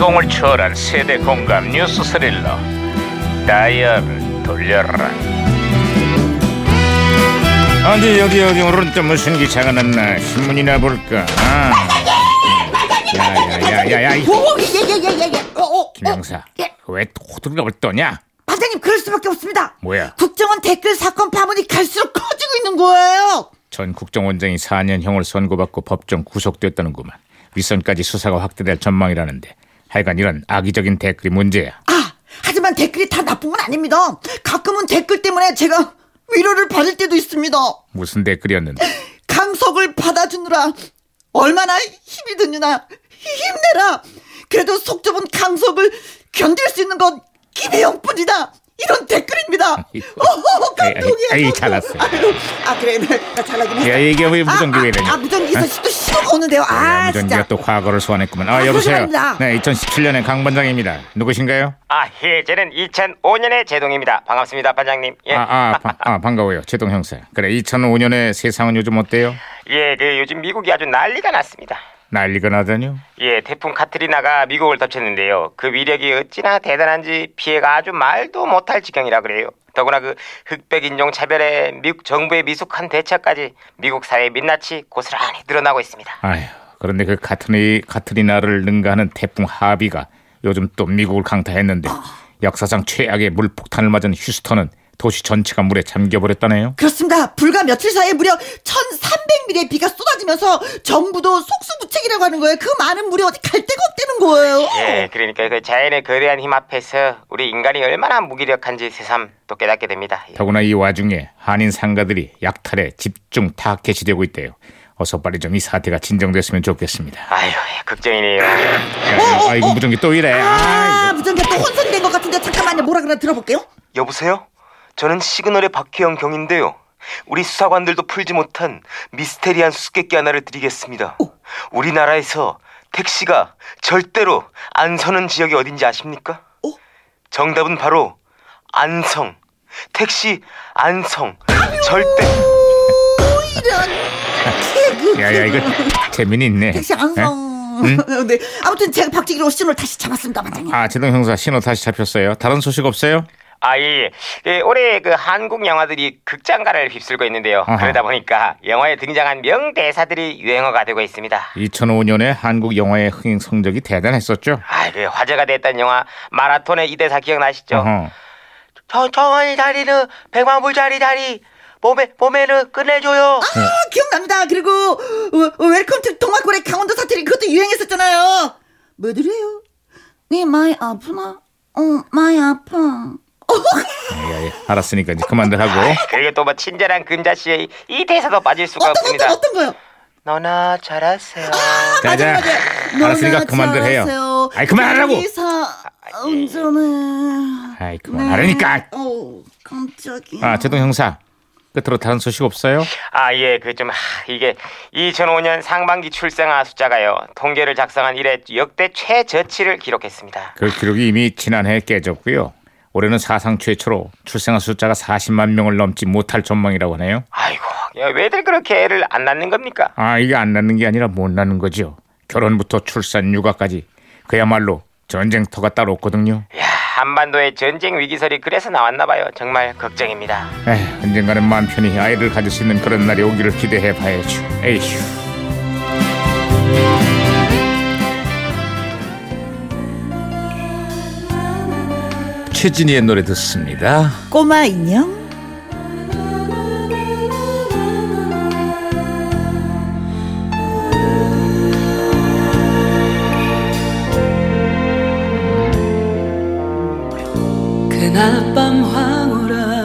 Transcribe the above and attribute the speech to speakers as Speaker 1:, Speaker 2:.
Speaker 1: 공을 초월한 세대 공감 뉴스 스릴러 다이얼 돌려라 어디 아, 여기 여기 오늘은 또 무슨 기사가 났나 신문이나 볼까 아. 야야야야야 이
Speaker 2: 오예예예예예. 어, 어,
Speaker 1: 김영사
Speaker 2: 예.
Speaker 1: 왜 호들갑 떨떠냐
Speaker 2: 반장님 그럴 수밖에 없습니다.
Speaker 1: 뭐야?
Speaker 2: 국정원 댓글 사건 파문이 갈수록 커지고 있는 거예요.
Speaker 1: 전 국정원장이 4년형을 선고받고 법정 구속됐다는구만 윗선까지 수사가 확대될 전망이라는데 하여간 이런 악의적인 댓글이 문제야
Speaker 2: 아 하지만 댓글이 다 나쁜 건 아닙니다. 가끔은 댓글 때문에 제가 위로를 받을 때도 있습니다.
Speaker 1: 무슨 댓글이었는데
Speaker 2: 강석을 받아주느라 얼마나 힘이 드느냐 힘내라. 그래도 속 좁은 강석을 견딜 수 있는 건 김혜영뿐이다. 이런 댓글입니다. 어허 감동이야.
Speaker 1: 아이, 아이,
Speaker 2: 감동.
Speaker 1: 잘났어요.
Speaker 2: 아유, 아 그래 나 잘나긴 했어.
Speaker 1: 야 이게 왜 무전기 왜
Speaker 2: 아, 아,
Speaker 1: 이러냐
Speaker 2: 아 무전기에서 또 신호가 오는데요. 아,
Speaker 1: 무전기가
Speaker 2: 진짜.
Speaker 1: 또 과거를 소환했구만 아
Speaker 2: 아,
Speaker 1: 여보세요
Speaker 2: 죄송합니다.
Speaker 1: 네 2017년의 강 반장입니다 누구신가요
Speaker 3: 아, 예, 저는 2005년의 제동입니다. 반갑습니다, 반장님. 예,
Speaker 1: 아, 아, 바- 아 반가워요 최동 형사 그래 2005년에 세상은 요즘 어때요
Speaker 3: 예, 그 요즘 미국이 아주 난리가 났습니다.
Speaker 1: 난리가 나다뇨
Speaker 3: 예, 태풍 카트리나가 미국을 덮쳤는데요. 그 위력이 어찌나 대단한지 피해가 아주 말도 못할 지경이라 그래요. 더구나 그 흑백 인종 차별에 미국 정부의 미숙한 대처까지 미국 사회 민낯이 고스란히 드러나고 있습니다.
Speaker 1: 아휴 그런데 그 카트리, 카트리나를 능가하는 태풍 하비가 요즘 또 미국을 강타했는데 역사상 최악의 물폭탄을 맞은 휴스턴은 도시 전체가 물에 잠겨버렸다네요
Speaker 2: 그렇습니다. 불과 며칠 사이에 무려 1,300mm의 비가 쏟아지면서 정부도 속수무책이라고 하는 거예요. 그 많은 물이 어디 갈 데가 없다는 거예요.
Speaker 3: 예, 그러니까 그 자연의 거대한 힘 앞에서 우리 인간이 얼마나 무기력한지 새삼 또 깨닫게 됩니다. 예.
Speaker 1: 더구나 이 와중에 한인 상가들이 약탈에 집중 타겟이 되고 있대요 어서 빨리 좀 이 사태가 진정됐으면 좋겠습니다
Speaker 3: 아유, 예, 걱정이네요.
Speaker 1: 아, 이고 무전기 또 이래. 아,
Speaker 2: 어, 아, 무전기가 또 혼선된 것 같은데 잠깐만요. 뭐라 그러나 들어볼게요.
Speaker 3: 여보세요? 저는 시그널의 박혜영 경인데요. 우리 수사관들도 풀지 못한 미스테리한 수수께끼 하나를 드리겠습니다. 우리나라에서 택시가 절대로 안 서는 지역이 어딘지 아십니까?
Speaker 2: 어?
Speaker 3: 정답은 바로 안성. 택시 안성. 절대.
Speaker 2: 오, 이런 개그.
Speaker 1: 야, 야, 이거 재미는 있네.
Speaker 2: 택시
Speaker 1: 에?
Speaker 2: 항상. 네. 아무튼 제가 박지기로 신호를 다시 잡았습니다, 반장님.
Speaker 1: 아, 제동 형사 신호 다시 잡혔어요. 다른 소식 없어요?
Speaker 3: 아, 예. 예, 올해 그 한국 영화들이 극장가를 휩쓸고 있는데요.
Speaker 1: 아하.
Speaker 3: 그러다 보니까 영화에 등장한 명대사들이 유행어가 되고 있습니다.
Speaker 1: 2005년에 한국 영화의 흥행 성적이 대단했었죠.
Speaker 3: 아, 그 화제가 됐던 영화 마라톤의 이대사 기억나시죠?
Speaker 1: 어허.
Speaker 3: 저, 정원이 다리는 백만 불짜리 다리 몸에 몸에는 끝내줘요.
Speaker 1: 네.
Speaker 2: 아, 기억납니다. 그리고 어, 어, 웰컴 투 동화골의 강원도 사투리 그것도 유행했었잖아요. 뭐드래요? 네 많이 아프나? 어 많이 아파.
Speaker 1: 야, 야, 알았으니까 이제 그만들 하고.
Speaker 3: 그리고 또 뭐 친절한 금자 씨의 이 대사도 빠질 수가
Speaker 2: 어떤
Speaker 3: 없습니다.
Speaker 2: 어떤 어떤 거요?
Speaker 3: 너나 잘하세요.
Speaker 1: 자, 자. 알았으니까 그만들 해요. 아이, 그만하라고.
Speaker 2: 기사 운전해.
Speaker 1: 아이, 그만하라니까.
Speaker 2: 어 깜짝이야.
Speaker 1: 아, 제동 형사. 끝으로 다른 소식 없어요?
Speaker 3: 아 예, 그 좀 이게 2005년 상반기 출생아 숫자가요 통계를 작성한 이래 역대 최저치를 기록했습니다.
Speaker 1: 그 기록이 이미 지난해 깨졌고요. 올해는 사상 최초로 출생아 숫자가 40만 명을 넘지 못할 전망이라고 하네요.
Speaker 3: 아이고, 야, 왜들 그렇게 애를 안 낳는 겁니까?
Speaker 1: 아 이게 안 낳는 게 아니라 못 낳는 거죠. 결혼부터 출산 육아까지 그야말로 전쟁터가 따로 없거든요.
Speaker 3: 야, 한반도의 전쟁 위기설이 그래서 나왔나 봐요. 정말 걱정입니다.
Speaker 1: 에휴, 언젠가는 마음 편히 아이를 가질 수 있는 그런 날이 오기를 기대해 봐야죠. 에휴. 최진희의 노래 듣습니다.
Speaker 2: 꼬마 인형.
Speaker 4: 그날 밤 황홀한